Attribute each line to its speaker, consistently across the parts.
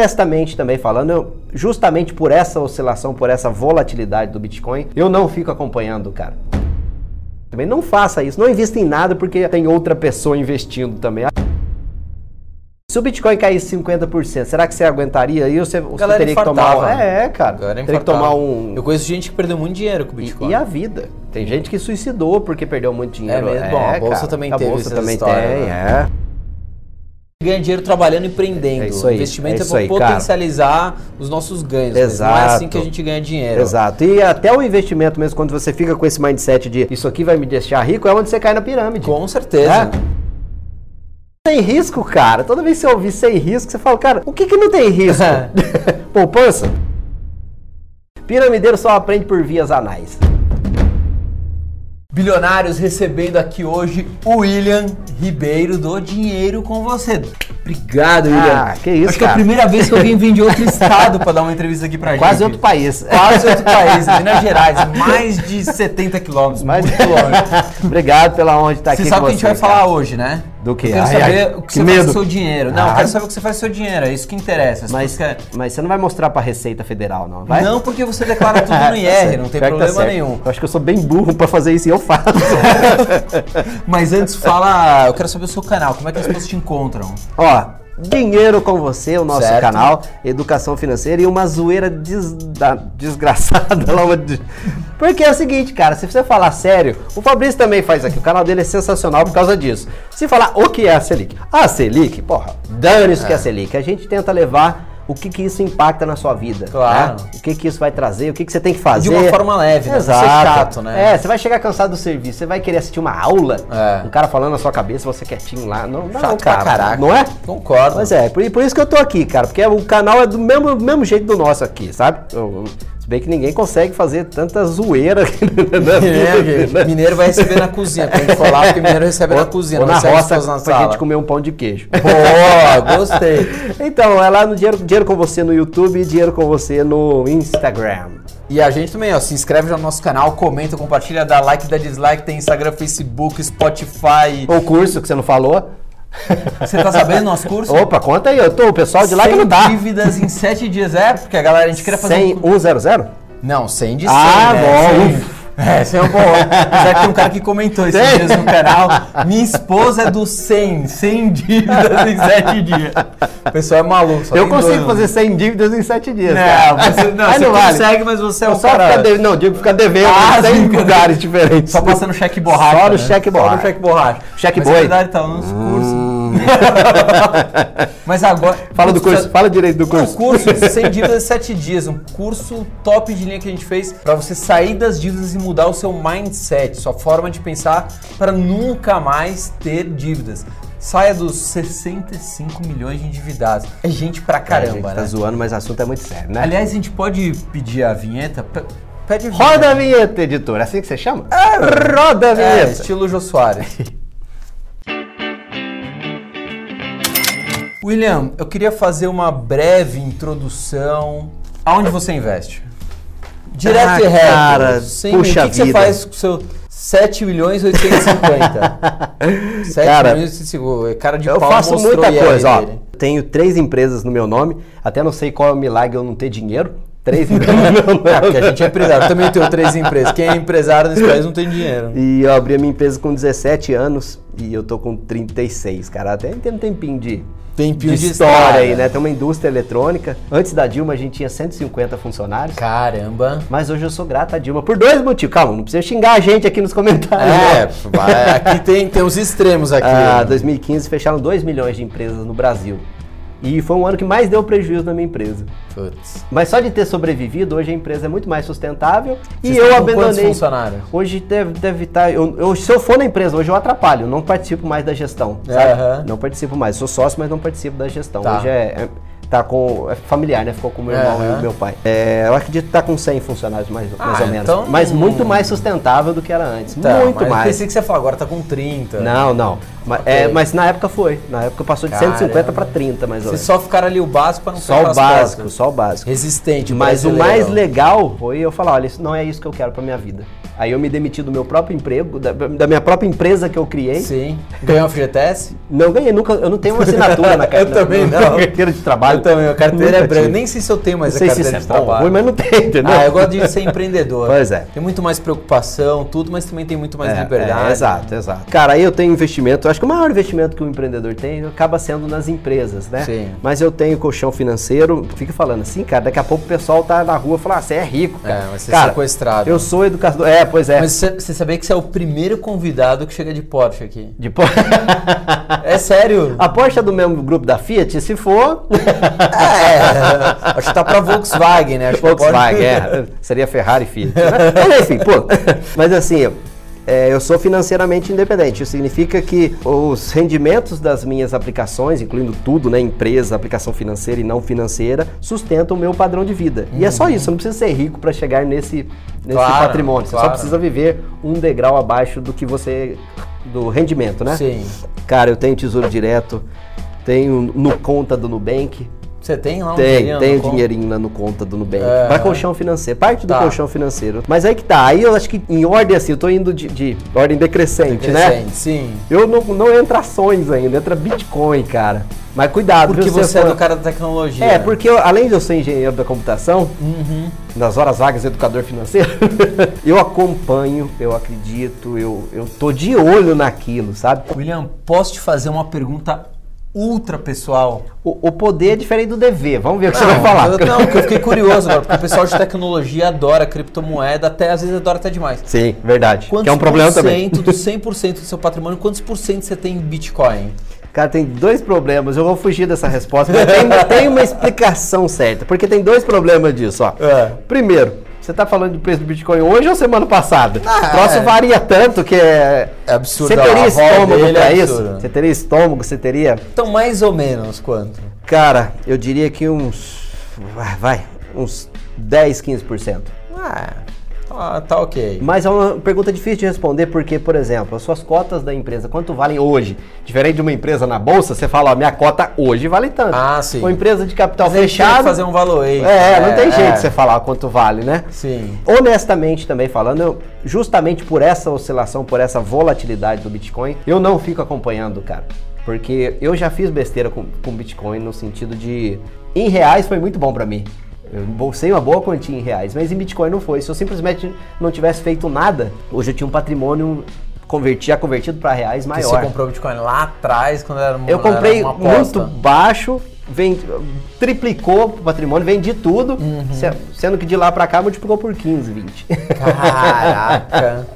Speaker 1: honestamente também falando, eu, justamente por essa oscilação, por essa volatilidade do Bitcoin, eu não fico acompanhando, cara. Também não faça isso, não invista em nada porque tem outra pessoa investindo também. Se o Bitcoin caísse 50%, será que você aguentaria aí ou você, ou você
Speaker 2: Galera
Speaker 1: teria que tomar?
Speaker 2: infartava.
Speaker 1: uma- É, cara.
Speaker 2: Galera
Speaker 1: Teria que
Speaker 2: infartava.
Speaker 1: tomar um.
Speaker 2: Eu conheço gente que perdeu muito dinheiro com o Bitcoin.
Speaker 1: E, e a vida. Tem gente que suicidou porque perdeu muito dinheiro.
Speaker 2: É
Speaker 1: É,
Speaker 2: mesmo? Bom, a bolsa também
Speaker 1: a
Speaker 2: teve né?
Speaker 1: bolsa
Speaker 2: essas
Speaker 1: também tem,
Speaker 2: histórias,
Speaker 1: é.
Speaker 2: ganha dinheiro trabalhando e empreendendo.
Speaker 1: É isso aí, é
Speaker 2: investimento é,
Speaker 1: isso
Speaker 2: pra
Speaker 1: aí, cara.
Speaker 2: potencializar os nossos ganhos. mas Não é
Speaker 1: Exato.
Speaker 2: assim que a gente ganha dinheiro.
Speaker 1: Exato. E até o investimento mesmo, quando você fica com esse mindset de isso aqui vai me deixar rico, é onde você cai na pirâmide. Né?
Speaker 2: Com certeza.
Speaker 1: Sem risco, cara. Toda vez que você ouvir sem risco, você fala, cara, o que que não tem risco? Poupança? Piramideiro só aprende por vias anais.
Speaker 2: Bilionários recebendo aqui hoje o William Ribeiro do Dinheiro com você. Obrigado, William.
Speaker 1: Ah, que isso,
Speaker 2: Acho que é a
Speaker 1: cara.
Speaker 2: primeira vez que alguém vem de outro estado pra dar uma entrevista aqui pra
Speaker 1: Quase
Speaker 2: gente.
Speaker 1: outro país.
Speaker 2: É Quase outro país, né? Minas Gerais, mais de 70 quilômetros,
Speaker 1: Mas-
Speaker 2: mais de quilômetros.
Speaker 1: Obrigado pela honra de estar
Speaker 2: Você
Speaker 1: aqui
Speaker 2: sabe o
Speaker 1: com
Speaker 2: que a gente vai
Speaker 1: cara.
Speaker 2: falar hoje, né?
Speaker 1: Do quê?
Speaker 2: Eu quero
Speaker 1: Ai,
Speaker 2: saber
Speaker 1: ai,
Speaker 2: o que,
Speaker 1: que
Speaker 2: você faz
Speaker 1: medo.
Speaker 2: com o seu dinheiro. Não, eu
Speaker 1: Ah.
Speaker 2: quero saber o que você faz com o seu dinheiro, é isso que interessa. As
Speaker 1: Mas,
Speaker 2: pessoas querem-
Speaker 1: mas você não vai mostrar pra Receita Federal, não, vai?
Speaker 2: Não porque você declara tudo no IR, não
Speaker 1: Pior
Speaker 2: tem
Speaker 1: que tá
Speaker 2: problema
Speaker 1: certo.
Speaker 2: nenhum.
Speaker 1: Eu acho que eu sou bem burro pra fazer isso e eu faço.
Speaker 2: Mas antes, fala, eu quero saber o seu canal, como é que as pessoas te encontram?
Speaker 1: Ó, dinheiro com você, o nosso
Speaker 2: Certo.
Speaker 1: canal, educação financeira e uma zoeira des- da- desgraçada lá. uma de- Porque é o seguinte, cara, se você falar sério, o Fabrício também faz aqui, o canal dele é sensacional por causa disso. Se falar o que é a Selic, a Selic, porra, dane-se o que é a Selic. A gente tenta levar o que, que isso impacta na sua vida.
Speaker 2: Claro.
Speaker 1: né? O que, que isso vai trazer, o que, que você tem que fazer.
Speaker 2: De uma forma leve, né? Não ser
Speaker 1: Exato.
Speaker 2: chato, né?
Speaker 1: É, você vai chegar cansado do serviço, você vai querer assistir uma aula,
Speaker 2: É.
Speaker 1: um cara falando na sua cabeça, você quietinho lá. Não, não
Speaker 2: Chato
Speaker 1: cara.
Speaker 2: pra caraca.
Speaker 1: Não é?
Speaker 2: Concordo.
Speaker 1: Mas é, por, por isso que eu tô aqui, cara, porque o canal é do mesmo, mesmo jeito do nosso aqui, sabe? Eu- se bem que ninguém consegue fazer tanta zoeira. na
Speaker 2: É,
Speaker 1: vida, né?
Speaker 2: mineiro vai receber na cozinha, quando a gente falar, porque mineiro recebe na cozinha,
Speaker 1: Ou
Speaker 2: não
Speaker 1: na
Speaker 2: recebe as
Speaker 1: roça
Speaker 2: pessoas na
Speaker 1: pra
Speaker 2: sala.
Speaker 1: gente comer um pão de queijo.
Speaker 2: Boa, gostei.
Speaker 1: então, é lá no dinheiro, dinheiro com você no YouTube e Dinheiro com você no Instagram.
Speaker 2: E a gente também, ó, se inscreve já no nosso canal, comenta, compartilha, dá like, dá dislike, tem Instagram, Facebook, Spotify.
Speaker 1: Ou curso que você não falou.
Speaker 2: Você tá sabendo do nosso curso?
Speaker 1: Opa, conta aí, eu tô, o pessoal de lá que não tá.
Speaker 2: dívidas em 7 dias, é? Porque a galera, a gente queria fazer um
Speaker 1: 100, 100?
Speaker 2: Não, 100 de 100.
Speaker 1: Ah, bom.
Speaker 2: né? 100. É, 100 é um bom. Já que tem um cara que comentou isso
Speaker 1: Tem?
Speaker 2: mesmo no canal. Minha esposa é do 100. 100 dívidas em 7 dias. O pessoal é maluco. só
Speaker 1: Eu
Speaker 2: tem
Speaker 1: consigo
Speaker 2: dois.
Speaker 1: fazer 100 dívidas em 7 dias.
Speaker 2: Não,
Speaker 1: cara.
Speaker 2: você, não,
Speaker 1: Mas
Speaker 2: você
Speaker 1: vale.
Speaker 2: consegue, mas você é
Speaker 1: Eu
Speaker 2: um
Speaker 1: só
Speaker 2: cara...
Speaker 1: ficar devendo, não, digo ficar devendo
Speaker 2: Ah,
Speaker 1: em 100
Speaker 2: sim.
Speaker 1: lugares diferentes.
Speaker 2: Só passando cheque borracha.
Speaker 1: Só no
Speaker 2: né?
Speaker 1: cheque borracha.
Speaker 2: Só no cheque borracha.
Speaker 1: Cheque
Speaker 2: Mas
Speaker 1: boi. Hum.
Speaker 2: é verdade, tá nos cursos. Mas agora.
Speaker 1: Fala do
Speaker 2: Putz,
Speaker 1: curso, fala direito do
Speaker 2: Um
Speaker 1: curso.
Speaker 2: curso sem dívidas em 7 dias, um curso top de linha que a gente fez pra você sair das dívidas e mudar o seu mindset, sua forma de pensar pra nunca mais ter dívidas. Saia dos 65 milhões de endividados. É gente pra
Speaker 1: a gente
Speaker 2: caramba,
Speaker 1: tá
Speaker 2: né?
Speaker 1: zoando, mas o assunto é muito sério, né?
Speaker 2: Aliás, a gente pode pedir a vinheta? Pe- Pede a vinheta.
Speaker 1: Roda a vinheta, editor. É Assim que você chama? roda a
Speaker 2: É,
Speaker 1: vinheta.
Speaker 2: estilo Jô Soares. William, eu queria fazer uma breve introdução. Aonde você investe? Direto
Speaker 1: Ah,
Speaker 2: e reto.
Speaker 1: cara,
Speaker 2: sem-
Speaker 1: puxa
Speaker 2: O que, que você
Speaker 1: vida.
Speaker 2: faz com seu 7 milhões e 850? 7
Speaker 1: Cara,
Speaker 2: milhões e 850. Cara de
Speaker 1: eu
Speaker 2: pau
Speaker 1: faço
Speaker 2: mostrou
Speaker 1: muita
Speaker 2: o IR
Speaker 1: coisa, ó.
Speaker 2: dele.
Speaker 1: Tenho três empresas no meu nome. Até não sei qual é o milagre eu não ter dinheiro. Três empresas no meu nome.
Speaker 2: É, porque a gente é empresário. Eu também tenho três empresas. Quem é empresário nesse país não tem dinheiro.
Speaker 1: E eu abri a minha empresa com 17 anos e eu tô com 36, cara. Até tem um tempinho de,
Speaker 2: Tempinho de
Speaker 1: história,
Speaker 2: estrada.
Speaker 1: aí, né? Tem uma indústria eletrônica. Antes da Dilma a gente tinha 150 funcionários.
Speaker 2: Caramba.
Speaker 1: Mas hoje eu sou grato à Dilma por dois motivos. Calma, não precisa xingar a gente aqui nos comentários.
Speaker 2: É,
Speaker 1: né?
Speaker 2: vai- é. aqui tem, tem os extremos aqui.
Speaker 1: Ah, 2015 fecharam 2 milhões de empresas no Brasil. E foi um ano que mais deu prejuízo na minha empresa.
Speaker 2: Putz.
Speaker 1: Mas só de ter sobrevivido, hoje a empresa é muito mais sustentável
Speaker 2: Vocês
Speaker 1: e eu
Speaker 2: estão com quantos
Speaker 1: abandonei.
Speaker 2: funcionários?
Speaker 1: Hoje deve deve estar. eu, eu- se eu for na empresa, hoje eu atrapalho, eu não participo mais da gestão. sabe?
Speaker 2: Aham.
Speaker 1: Não participo mais. Sou sócio, mas não participo da gestão.
Speaker 2: Tá.
Speaker 1: Hoje é, é- tá com. É familiar, né? Ficou com meu irmão
Speaker 2: Aham.
Speaker 1: e meu pai. É, eu acredito que tá com 100 funcionários, mais, mais
Speaker 2: Ah,
Speaker 1: ou menos.
Speaker 2: então-
Speaker 1: Mas muito mais sustentável do que era antes.
Speaker 2: Tá,
Speaker 1: muito
Speaker 2: mas
Speaker 1: mais.
Speaker 2: Pensei que você falou, agora tá com 30.
Speaker 1: Não, não. Ma-
Speaker 2: Ok.
Speaker 1: é, mas na época foi. Na época passou de
Speaker 2: Caramba.
Speaker 1: 150 para 30, mais ou
Speaker 2: Vocês
Speaker 1: menos.
Speaker 2: só ficaram ali o básico pra não
Speaker 1: Só
Speaker 2: perder
Speaker 1: o
Speaker 2: as
Speaker 1: básico,
Speaker 2: costas.
Speaker 1: só o básico.
Speaker 2: Resistente,
Speaker 1: Mas o
Speaker 2: brasileiro.
Speaker 1: mais legal foi eu falar, olha, isso não é isso que eu quero pra minha vida. Aí eu me demiti do meu próprio emprego, da, da minha própria empresa que eu criei.
Speaker 2: Sim. Ganhou a FGTS?
Speaker 1: Não ganhei nunca, eu não tenho uma assinatura na
Speaker 2: Eu
Speaker 1: carteira.
Speaker 2: também
Speaker 1: na,
Speaker 2: não.
Speaker 1: Na carteira de trabalho.
Speaker 2: Eu também, a carteira
Speaker 1: Nunca
Speaker 2: é branca.
Speaker 1: tive.
Speaker 2: Nem sei se eu tenho
Speaker 1: Não
Speaker 2: mais
Speaker 1: sei
Speaker 2: a
Speaker 1: se isso
Speaker 2: carteira
Speaker 1: é
Speaker 2: de
Speaker 1: bom,
Speaker 2: trabalho.
Speaker 1: ruim, mas não tem, entendeu?
Speaker 2: Ah, eu gosto de ser empreendedor.
Speaker 1: Pois é.
Speaker 2: Tem muito mais preocupação, tudo, mas também tem muito mais
Speaker 1: É,
Speaker 2: liberdade.
Speaker 1: é, exato, exato. Cara, aí eu tenho investimento, eu acho que o maior investimento que o empreendedor tem acaba sendo nas empresas, né?
Speaker 2: Sim.
Speaker 1: Mas eu tenho colchão financeiro, fica falando assim, cara, daqui a pouco o pessoal tá na rua e fala, ah, você é rico, cara.
Speaker 2: É, mas você é
Speaker 1: cara,
Speaker 2: sequestrado.
Speaker 1: Eu sou educador, é, pois é.
Speaker 2: Mas você- você sabia que você é o primeiro convidado que chega de Porsche aqui?
Speaker 1: Depois...
Speaker 2: É sério?
Speaker 1: a Porsche é do mesmo grupo da Fiat? Se for,
Speaker 2: é. Acho que tá pra Volkswagen, né? Acho que a Porsche-
Speaker 1: Volkswagen, é. Seria Ferrari Fiat. né? Mas enfim, pô. Mas assim, é, eu sou financeiramente independente. Isso significa que os rendimentos das minhas aplicações, incluindo tudo, né? Empresa, aplicação financeira e não financeira, sustentam o meu padrão de vida. E é só isso, eu não precisa ser rico para chegar nesse, nesse
Speaker 2: Claro,
Speaker 1: patrimônio. Você só
Speaker 2: claro.
Speaker 1: precisa viver um degrau abaixo do que você. do rendimento, né?
Speaker 2: Sim.
Speaker 1: Cara, eu tenho tesouro direto, tenho no conta do Nubank.
Speaker 2: Você tem lá um
Speaker 1: Tem,
Speaker 2: dinheirinho
Speaker 1: tem
Speaker 2: na
Speaker 1: o
Speaker 2: conta?
Speaker 1: dinheirinho lá no conta do Nubank.
Speaker 2: É.
Speaker 1: Pra colchão financeiro, parte
Speaker 2: Tá.
Speaker 1: do colchão financeiro. Mas aí que tá, aí eu acho que em ordem assim, eu tô indo de, de ordem decrescente, né?
Speaker 2: Crescente, Sim.
Speaker 1: Eu não, não entra ações ainda, entra Bitcoin, cara. Mas cuidado,
Speaker 2: Porque
Speaker 1: viu,
Speaker 2: você é
Speaker 1: for-
Speaker 2: do cara da tecnologia.
Speaker 1: É, porque eu- além de eu ser engenheiro da computação,
Speaker 2: Uhum.
Speaker 1: nas horas vagas educador financeiro, eu acompanho, eu acredito, eu, eu tô de olho naquilo, sabe?
Speaker 2: William, posso te fazer uma pergunta ultra pessoal?
Speaker 1: O, o poder é diferente do dever, vamos ver o que você vai falar.
Speaker 2: Eu, não, porque eu fiquei curioso agora, porque o pessoal de tecnologia adora criptomoeda, até às vezes adora até demais.
Speaker 1: Sim, verdade.
Speaker 2: Quantos
Speaker 1: que é um problema
Speaker 2: por cento
Speaker 1: também.
Speaker 2: do 100% do seu patrimônio, quantos por cento você tem em Bitcoin?
Speaker 1: Cara, tem dois problemas. Eu vou fugir dessa resposta, mas tem, tem uma explicação certa. Porque tem dois problemas disso, ó.
Speaker 2: É.
Speaker 1: Primeiro, você tá falando do preço do Bitcoin hoje ou semana passada?
Speaker 2: Ah,
Speaker 1: o troço
Speaker 2: é.
Speaker 1: varia tanto que é.
Speaker 2: É absurdo,
Speaker 1: Você
Speaker 2: a
Speaker 1: teria
Speaker 2: roda
Speaker 1: estômago
Speaker 2: dele é
Speaker 1: pra isso?
Speaker 2: absurda.
Speaker 1: Você teria estômago, você teria.
Speaker 2: Então, mais ou menos quanto?
Speaker 1: Cara, eu diria que uns. Vai, vai, uns 10, 15%.
Speaker 2: Ah, tá, tá ok.
Speaker 1: Mas é uma pergunta difícil de responder, porque, por exemplo, as suas cotas da empresa, quanto valem hoje? Diferente de uma empresa na bolsa, você fala, ó, minha cota hoje vale tanto.
Speaker 2: Ah, sim.
Speaker 1: Uma empresa de capital
Speaker 2: Mas a gente tem que
Speaker 1: fechado.
Speaker 2: fazer um valuation.
Speaker 1: É, não tem jeito
Speaker 2: é.
Speaker 1: de você falar quanto vale, né?
Speaker 2: Sim.
Speaker 1: Honestamente também falando, eu, justamente por essa oscilação, por essa volatilidade do Bitcoin, eu não fico acompanhando, cara. Porque eu já fiz besteira com, com Bitcoin no sentido de. Em reais foi muito bom pra mim. Eu bolsei uma boa quantia em reais, mas em Bitcoin não foi. Se eu simplesmente não tivesse feito nada, hoje eu tinha um patrimônio converti, já convertido pra reais
Speaker 2: Porque
Speaker 1: maior.
Speaker 2: Você comprou Bitcoin lá atrás, quando era uma
Speaker 1: Eu comprei
Speaker 2: era uma aposta.
Speaker 1: muito baixo, vendi, triplicou o patrimônio, vendi tudo,
Speaker 2: Uhum.
Speaker 1: se- sendo que de lá pra cá multiplicou por 15, 20.
Speaker 2: Caraca.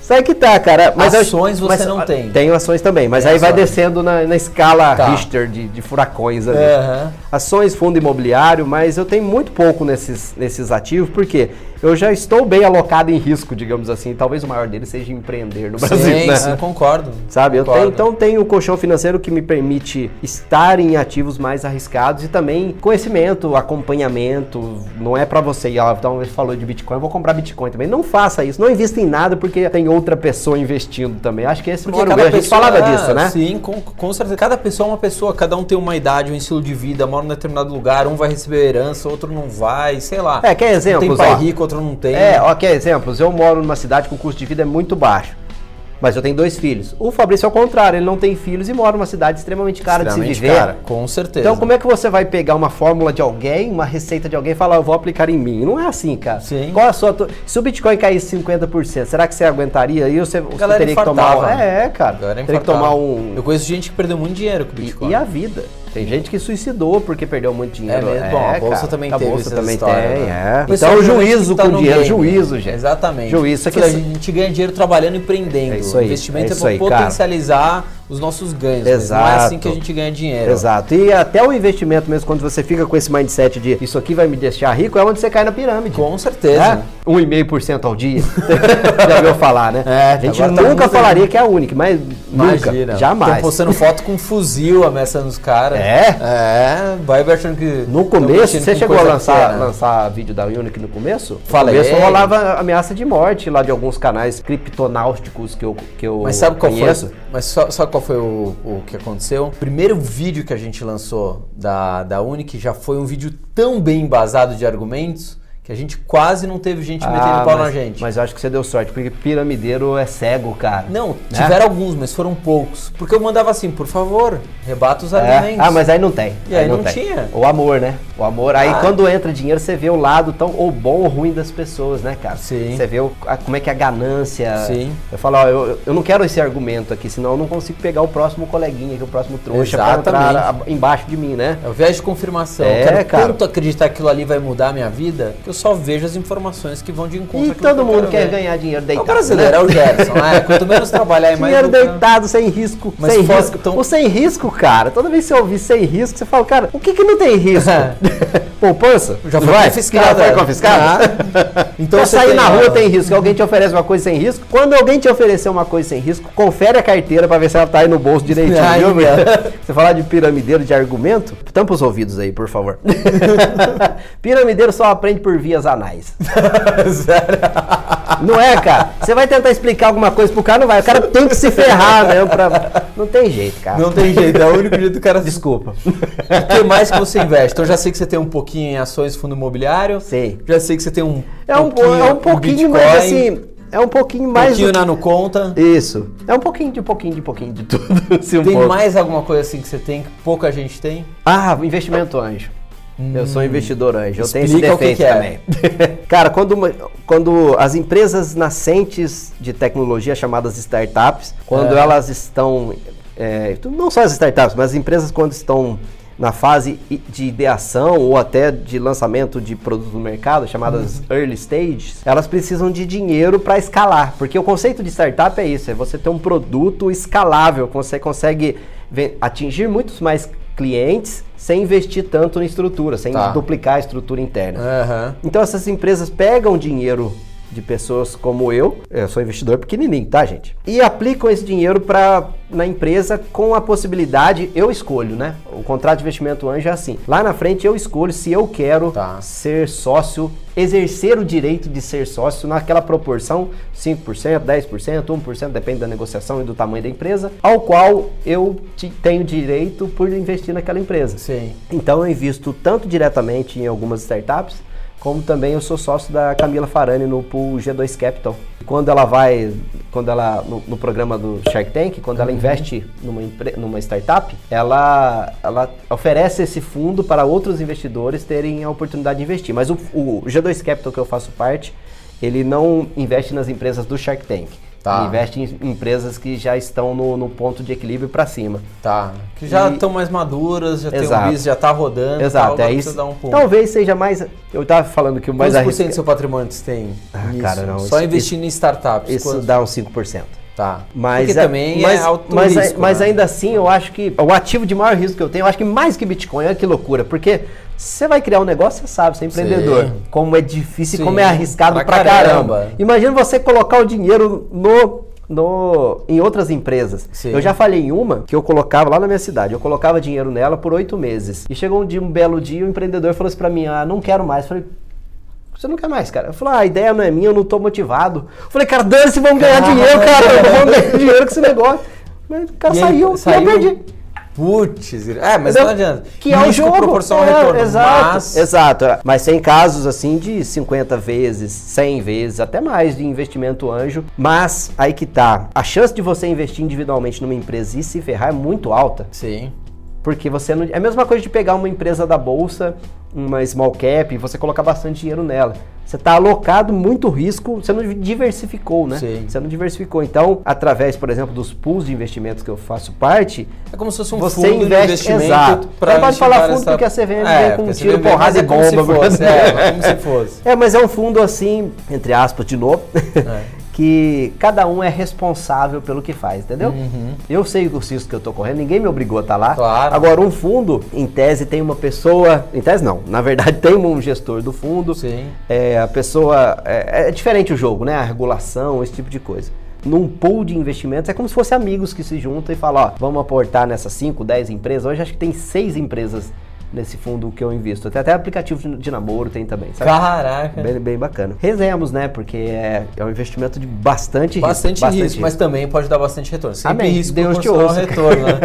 Speaker 1: Sabe que tá, cara. Mas eu-
Speaker 2: Ações você
Speaker 1: mas-
Speaker 2: não tem.
Speaker 1: Tenho ações também, mas
Speaker 2: Tem
Speaker 1: aí vai
Speaker 2: ações.
Speaker 1: descendo na, na escala
Speaker 2: Tá. É.
Speaker 1: Richter de, de furacões ali.
Speaker 2: Aham.
Speaker 1: Ações, fundo imobiliário, mas eu tenho muito pouco nesses, nesses ativos, porque eu já estou bem alocado em risco, digamos assim. Talvez o maior deles seja empreender no Brasil,
Speaker 2: sim,
Speaker 1: né?
Speaker 2: sim, concordo.
Speaker 1: Sabe, eu tenho,
Speaker 2: Concordo.
Speaker 1: então tenho o colchão financeiro que me permite estar em ativos mais arriscados e também conhecimento, acompanhamento. Não é pra você ir, ó, então ele falou de Bitcoin, eu vou comprar Bitcoin também. Não faça isso, não invista em nada porque tem outra pessoa investindo também. Acho que esse
Speaker 2: Porque
Speaker 1: fora o
Speaker 2: cada
Speaker 1: grande, a gente
Speaker 2: pessoa-
Speaker 1: falava
Speaker 2: Ah,
Speaker 1: disso, né?
Speaker 2: Sim, com, com certeza. Cada pessoa é uma pessoa, cada um tem uma idade, um estilo de vida, mora em determinado lugar, um vai receber herança, outro não vai, sei lá.
Speaker 1: É, quer exemplos,
Speaker 2: Um tem pai
Speaker 1: ó?
Speaker 2: rico, outro não tem.
Speaker 1: É, ó, quer exemplos? Eu moro numa cidade com custo de vida é muito baixo. Mas eu tenho dois filhos. O Fabrício é o contrário, ele não tem filhos e mora numa cidade extremamente cara de
Speaker 2: Extremamente
Speaker 1: se viver.
Speaker 2: cara, com certeza.
Speaker 1: Então, como é que você vai pegar uma fórmula de alguém, uma receita de alguém e falar, eu vou aplicar em mim? Não é assim, cara.
Speaker 2: Sim.
Speaker 1: Qual a sua. to- Se o Bitcoin caísse 50%, será que você aguentaria? E você, você
Speaker 2: galera
Speaker 1: teria que
Speaker 2: infartava,
Speaker 1: tomar. uma-
Speaker 2: né?
Speaker 1: É, cara.
Speaker 2: A galera
Speaker 1: Teria que
Speaker 2: infartava.
Speaker 1: tomar um.
Speaker 2: Eu conheço gente que perdeu muito dinheiro com
Speaker 1: E,
Speaker 2: Bitcoin.
Speaker 1: e a vida. Tem gente que suicidou porque perdeu muito dinheiro.
Speaker 2: É mesmo? Bom, a bolsa
Speaker 1: cara.
Speaker 2: também
Speaker 1: a
Speaker 2: teve
Speaker 1: bolsa
Speaker 2: essas
Speaker 1: também
Speaker 2: histórias,
Speaker 1: tem,
Speaker 2: né?
Speaker 1: é.
Speaker 2: Pessoal,
Speaker 1: Então,
Speaker 2: geralmente
Speaker 1: juízo
Speaker 2: tá
Speaker 1: com
Speaker 2: no
Speaker 1: dinheiro.
Speaker 2: game.
Speaker 1: Juízo, gente.
Speaker 2: Exatamente.
Speaker 1: Juízo. Isso aqui
Speaker 2: Falei, a gente ganha dinheiro trabalhando e empreendendo.
Speaker 1: É isso aí,
Speaker 2: O investimento
Speaker 1: é
Speaker 2: é,
Speaker 1: isso
Speaker 2: pra
Speaker 1: aí, cara.
Speaker 2: potencializar os nossos ganhos. mas Não é assim
Speaker 1: Exato.
Speaker 2: que a gente ganha dinheiro.
Speaker 1: Exato. E até o investimento mesmo, quando você fica com esse mindset de isso aqui vai me deixar rico, é onde você cai na pirâmide.
Speaker 2: Com certeza.
Speaker 1: É? 1,5% ao dia. Já ouviu falar, né?
Speaker 2: É,
Speaker 1: a gente
Speaker 2: agora tá
Speaker 1: nunca
Speaker 2: mudando.
Speaker 1: falaria que é a única, mas
Speaker 2: Imagina.
Speaker 1: nunca,
Speaker 2: Tão
Speaker 1: jamais.
Speaker 2: postando foto com um fuzil ameaçando os caras.
Speaker 1: É?
Speaker 2: É. Vai achando que.
Speaker 1: No
Speaker 2: tão
Speaker 1: começo,
Speaker 2: mexendo
Speaker 1: você
Speaker 2: com
Speaker 1: chegou a
Speaker 2: coisa
Speaker 1: lançar,
Speaker 2: pequena.
Speaker 1: lançar vídeo da Unic no começo?
Speaker 2: Falei.
Speaker 1: No começo rolava ameaça de morte lá de alguns canais criptonáuticos que eu, que eu
Speaker 2: Mas sabe qual
Speaker 1: conheço.
Speaker 2: foi? Mas só- sabe qual foi o, o que aconteceu? O primeiro vídeo que a gente lançou da, da Unic já foi um vídeo tão bem embasado de argumentos Que a gente quase não teve gente metendo
Speaker 1: Ah,
Speaker 2: pau na
Speaker 1: mas,
Speaker 2: gente.
Speaker 1: Mas eu acho que você deu sorte, porque piramideiro é cego, cara.
Speaker 2: Não, tiveram alguns, mas foram poucos. Porque eu mandava assim, por favor, rebata os
Speaker 1: É.
Speaker 2: alimentos.
Speaker 1: Ah, mas aí não tem.
Speaker 2: E aí não
Speaker 1: tem.
Speaker 2: tinha.
Speaker 1: O amor, né? O amor. Aí
Speaker 2: Ah.
Speaker 1: quando entra dinheiro, você vê o lado tão ou bom ou ruim das pessoas, né, cara?
Speaker 2: Sim.
Speaker 1: Você vê o- a- como é que é a ganância.
Speaker 2: Sim.
Speaker 1: Eu falo, ó, eu, eu não quero esse argumento aqui, senão eu não consigo pegar o próximo coleguinha, que é o próximo trouxa pra entrar
Speaker 2: Exatamente.
Speaker 1: a- embaixo de mim, né?
Speaker 2: É o viés de confirmação.
Speaker 1: É,
Speaker 2: eu quero
Speaker 1: cara.
Speaker 2: tanto acreditar que aquilo ali vai mudar a minha vida que eu só vejo as informações que vão de encontro.
Speaker 1: E
Speaker 2: àquilo que
Speaker 1: todo
Speaker 2: eu
Speaker 1: mundo
Speaker 2: quero
Speaker 1: quer
Speaker 2: ver.
Speaker 1: ganhar dinheiro
Speaker 2: É
Speaker 1: deitado.
Speaker 2: o brasileiro, é o
Speaker 1: né?
Speaker 2: Gerson. né? Quanto menos trabalhar e mais.
Speaker 1: Dinheiro
Speaker 2: lucrar.
Speaker 1: deitado, sem risco.
Speaker 2: Mas
Speaker 1: sem
Speaker 2: fora-
Speaker 1: risco.
Speaker 2: então-
Speaker 1: O sem risco, cara, toda vez que você ouvir sem risco, você fala, cara, o que que não tem risco? Poupança?
Speaker 2: Já foi
Speaker 1: Vai?
Speaker 2: confiscado.
Speaker 1: Já
Speaker 2: é.
Speaker 1: foi confiscado?
Speaker 2: Ah.
Speaker 1: Então
Speaker 2: Então
Speaker 1: Pra
Speaker 2: você
Speaker 1: sair
Speaker 2: tem
Speaker 1: na
Speaker 2: lá-
Speaker 1: rua tem risco. Alguém te oferece uma coisa sem risco. Quando alguém te oferecer uma coisa sem risco, confere a carteira pra ver se ela tá aí no bolso direitinho,
Speaker 2: Ai,
Speaker 1: viu, meu?
Speaker 2: cara.
Speaker 1: Você falar de piramideiro de argumento, tampa os ouvidos aí, por favor. piramideiro só aprende por vias anais. Não é, cara? Você vai tentar explicar alguma coisa pro cara, não vai. O cara tem que se ferrar mesmo pra... Não tem jeito, cara.
Speaker 2: Não tem jeito, é o único jeito do cara. Desculpa. O que mais que você investe? Então já sei que você tem um pouquinho em ações, fundo imobiliário.
Speaker 1: Sei.
Speaker 2: Já sei que você tem um.
Speaker 1: É um, po- é um
Speaker 2: em
Speaker 1: pouquinho,
Speaker 2: Bitcoin,
Speaker 1: mas assim... É um pouquinho
Speaker 2: Um
Speaker 1: mais...
Speaker 2: pouquinho
Speaker 1: do-
Speaker 2: na no conta.
Speaker 1: Isso. É um pouquinho de pouquinho de pouquinho de tudo. assim, um
Speaker 2: Tem
Speaker 1: pouco.
Speaker 2: mais alguma coisa assim que você tem que pouca gente tem?
Speaker 1: Ah, investimento anjo. Eu sou investidor anjo, eu tenho esse
Speaker 2: Hum. Explica o que
Speaker 1: defeito
Speaker 2: que é.
Speaker 1: também. Cara, quando, uma- quando as empresas nascentes de tecnologia, chamadas startups, quando
Speaker 2: É.
Speaker 1: elas estão. é, não só as startups, mas as empresas quando estão na fase i- de ideação ou até de lançamento de produto no mercado, chamadas
Speaker 2: Uhum.
Speaker 1: early stages, elas precisam de dinheiro para escalar. Porque o conceito de startup é isso: é você ter um produto escalável, que você consegue ve- atingir muitos mais clientes sem investir tanto na estrutura, sem
Speaker 2: Tá.
Speaker 1: duplicar a estrutura interna.
Speaker 2: Aham.
Speaker 1: Então essas empresas pegam dinheiro de pessoas como eu, eu sou investidor pequenininho, tá, gente? E aplicam esse dinheiro para na empresa com a possibilidade, eu escolho, né? O contrato de investimento anjo é assim. Lá na frente eu escolho se eu quero
Speaker 2: Tá.
Speaker 1: ser sócio, exercer o direito de ser sócio naquela proporção, 5%, 10%, 1%, depende da negociação e do tamanho da empresa, ao qual eu te- tenho direito por investir naquela empresa.
Speaker 2: Sim.
Speaker 1: Então eu invisto tanto diretamente em algumas startups, como também eu sou sócio da Camila Farani no pool G2 Capital. Quando ela vai, quando ela no, no programa do Shark Tank, quando ela investe numa, empre- numa startup, ela, ela oferece esse fundo para outros investidores terem a oportunidade de investir. Mas o, o G2 Capital que eu faço parte, ele não investe nas empresas do Shark Tank.
Speaker 2: Tá.
Speaker 1: Ele investe em empresas que já estão no, no ponto de equilíbrio para cima.
Speaker 2: Tá. Que já
Speaker 1: E-
Speaker 2: estão mais maduras, já tem um
Speaker 1: Exato.
Speaker 2: bis, já tá rodando. e
Speaker 1: Exato,
Speaker 2: tal, agora
Speaker 1: é
Speaker 2: precisa
Speaker 1: isso.
Speaker 2: Dar um pulo.
Speaker 1: Talvez seja mais. Eu tava falando que o mais
Speaker 2: Quantos por cento do
Speaker 1: arriscado.
Speaker 2: seu patrimônio você tem?
Speaker 1: Ah,
Speaker 2: nisso?
Speaker 1: cara, não,
Speaker 2: Só
Speaker 1: isso-
Speaker 2: investindo em startups.
Speaker 1: Isso
Speaker 2: quanto?
Speaker 1: dá uns 5%.
Speaker 2: Tá.
Speaker 1: Mas
Speaker 2: Porque
Speaker 1: a-
Speaker 2: também
Speaker 1: mas,
Speaker 2: é alto
Speaker 1: mas, a-
Speaker 2: risco,
Speaker 1: mas
Speaker 2: né?
Speaker 1: ainda assim, eu acho que o ativo de maior risco que eu tenho, eu acho que mais que Bitcoin, olha que loucura, porque você vai criar um negócio, você sabe, você é empreendedor,
Speaker 2: Sim.
Speaker 1: como é difícil, e
Speaker 2: Sim,
Speaker 1: como é arriscado
Speaker 2: pra
Speaker 1: pra, caramba.
Speaker 2: caramba.
Speaker 1: Imagina você colocar o dinheiro no no, em outras empresas.
Speaker 2: Sim.
Speaker 1: Eu já falei em uma que eu colocava lá na minha cidade. Eu colocava dinheiro nela por oito meses. E chegou um dia, um belo dia, o empreendedor falou assim pra mim: Ah, não quero mais. Eu falei: Você não quer mais, cara? Eu falei: ah, A ideia não é minha, eu não tô motivado. Eu falei: Cara, dane-se, vamos ganhar dinheiro, cara. Vamos ganhar dinheiro com esse negócio. Mas o cara
Speaker 2: E aí,
Speaker 1: saiu, e eu perdi.
Speaker 2: Putz, é, mas
Speaker 1: Entendeu?
Speaker 2: não adianta.
Speaker 1: Que é o
Speaker 2: Risco
Speaker 1: jogo.
Speaker 2: proporcional ao
Speaker 1: É,
Speaker 2: retorno.
Speaker 1: Exato,
Speaker 2: mas-
Speaker 1: exato. é. Mas tem casos assim de 50 vezes, 100 vezes, até mais de investimento anjo. Mas aí que tá. A chance de você investir individualmente numa empresa e se ferrar é muito alta.
Speaker 2: Sim.
Speaker 1: Porque você não. É a mesma coisa de pegar uma empresa da bolsa, uma small cap, e você colocar bastante dinheiro nela. Você está alocado muito risco, você não diversificou, né?
Speaker 2: Sim.
Speaker 1: Você não diversificou. Então, através, por exemplo, dos pools de investimentos que eu faço parte,
Speaker 2: É como se fosse um
Speaker 1: você
Speaker 2: fundo
Speaker 1: investe,
Speaker 2: de investimento.
Speaker 1: exato.
Speaker 2: pra
Speaker 1: Você pode
Speaker 2: investir
Speaker 1: falar
Speaker 2: várias
Speaker 1: fundo porque a CVM
Speaker 2: etapas.
Speaker 1: vem com um
Speaker 2: porque a
Speaker 1: tiro,
Speaker 2: CVM vem,
Speaker 1: porrada
Speaker 2: mas é
Speaker 1: e
Speaker 2: como se
Speaker 1: bomba,
Speaker 2: fosse,
Speaker 1: né?
Speaker 2: é, como se fosse. É.
Speaker 1: É, mas é um fundo assim, entre aspas, de novo, que cada um é responsável pelo que faz, entendeu?
Speaker 2: Uhum.
Speaker 1: Eu sei os riscos que eu tô correndo, ninguém me obrigou a estar lá.
Speaker 2: Claro.
Speaker 1: Agora, um fundo, em tese, tem uma pessoa. Em tese, não. Na verdade, tem um gestor do fundo.
Speaker 2: Sim.
Speaker 1: É, a pessoa. É, é diferente o jogo, né? A regulação, esse tipo de coisa. Num pool de investimentos, é como se fossem amigos que se juntam e falam: ó, vamos aportar nessas 5, 10 empresas. Hoje acho que tem seis empresas nesse fundo que eu invisto. Tem até aplicativo de, de namoro, tem também, sabe?
Speaker 2: Caraca.
Speaker 1: Tá. Bem, bem bacana. Rezemos, né? Porque é, é um investimento de bastante,
Speaker 2: Bastante,
Speaker 1: risco.
Speaker 2: risco, mas também pode dar bastante retorno. Sempre
Speaker 1: Amém.
Speaker 2: risco
Speaker 1: Deus te
Speaker 2: proporcional
Speaker 1: ouça.
Speaker 2: ao retorno, né?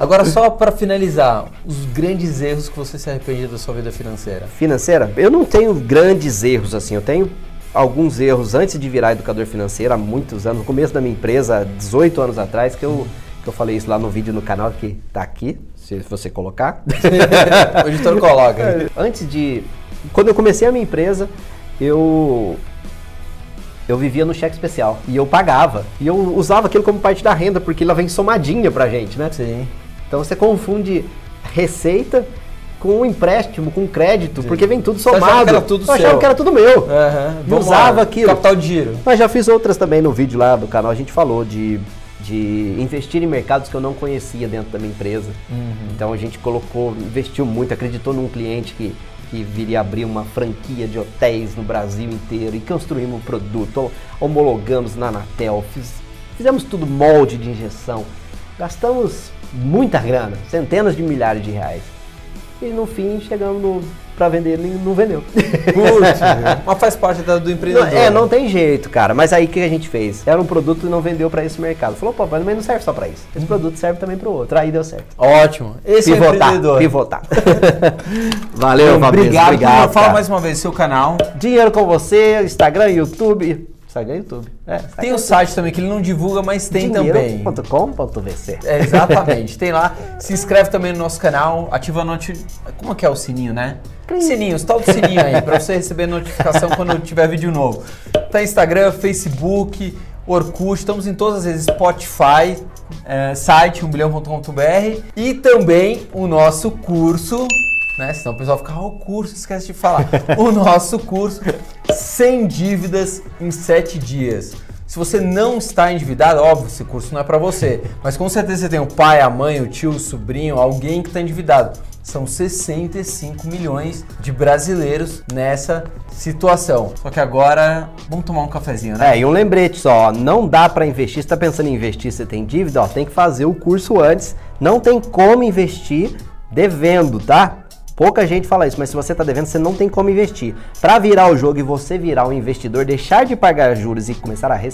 Speaker 2: Agora, só para finalizar, os grandes erros que você se arrepende da sua vida financeira.
Speaker 1: financeira, eu não tenho grandes erros assim. Eu tenho alguns erros antes de virar educador financeiro, há muitos anos, no começo da minha empresa, 18 anos atrás, que eu, que eu falei isso lá no vídeo no canal que tá aqui, se você colocar.
Speaker 2: o editor coloca.
Speaker 1: Antes de. Quando eu comecei a minha empresa, eu. Eu vivia no cheque especial e eu pagava. E eu usava aquilo como parte da renda, porque ela vem somadinha pra gente, né?
Speaker 2: Sim.
Speaker 1: Então você confunde receita com um empréstimo, com crédito, porque vem tudo somado.
Speaker 2: achava que era tudo
Speaker 1: eu achava
Speaker 2: seu.
Speaker 1: que era tudo meu.
Speaker 2: Aham.
Speaker 1: E
Speaker 2: Vamos
Speaker 1: usava
Speaker 2: lá.
Speaker 1: aquilo.
Speaker 2: Capital de giro.
Speaker 1: Mas já fiz outras também no vídeo lá do canal, a gente falou de, de investir em mercados que eu não conhecia dentro da minha empresa. Então a gente colocou, investiu muito, acreditou num cliente que, que viria abrir uma franquia de hotéis no Brasil inteiro e construímos um produto, homologamos na Anatel, fiz- fizemos tudo molde de injeção, gastamos muita grana, centenas de milhares de reais. E no fim chegamos para vender, nem- não vendeu.
Speaker 2: Curte. Mas faz parte da- do
Speaker 1: Não,
Speaker 2: empreendedor.
Speaker 1: é, não tem jeito, cara. Mas aí o que a gente fez? Era um produto e não vendeu pra esse mercado. Falou, pô, mas não serve só pra isso. Esse produto serve também pro outro. Aí deu certo.
Speaker 2: Ótimo. Esse é
Speaker 1: pivotar,
Speaker 2: empreendedor.
Speaker 1: pivotar. Valeu, Fabrício.
Speaker 2: Obrigado.
Speaker 1: obrigado
Speaker 2: Fala
Speaker 1: cara.
Speaker 2: mais uma vez seu canal.
Speaker 1: Dinheiro com você, Instagram, YouTube. Instagram e YouTube. É, Instagram,
Speaker 2: Tem o site também que ele não divulga, mas tem também.
Speaker 1: dinheiro.com.vc.
Speaker 2: É, exatamente, tem lá. Se inscreve também no nosso canal, ativa a noti... Como é que é o sininho, né? Sininho, está o sininho aí, pra você receber notificação quando tiver vídeo novo. Tá Instagram, Facebook, Orkut, estamos em todas as redes, Spotify, eh, site 1bilhão.com.br e também o nosso curso, né? Senão o pessoal fica, ah, o curso, esquece de falar. o nosso curso, sem dívidas em 7 dias. Se você não está endividado, óbvio, esse curso não é para você. Mas com certeza você tem o pai, a mãe, o tio, o sobrinho, alguém que está endividado. São 65 milhões de brasileiros nessa situação. Só que agora, vamos tomar um cafezinho, né?
Speaker 1: É, e um lembrete só, ó, não dá pra investir, você tá pensando em investir, você tem dívida, ó, tem que fazer o curso antes. Não tem como investir devendo, tá? Pouca gente fala isso, mas se você tá devendo, você não tem como investir. Pra virar o jogo e você virar um investidor, deixar de pagar juros e começar a receber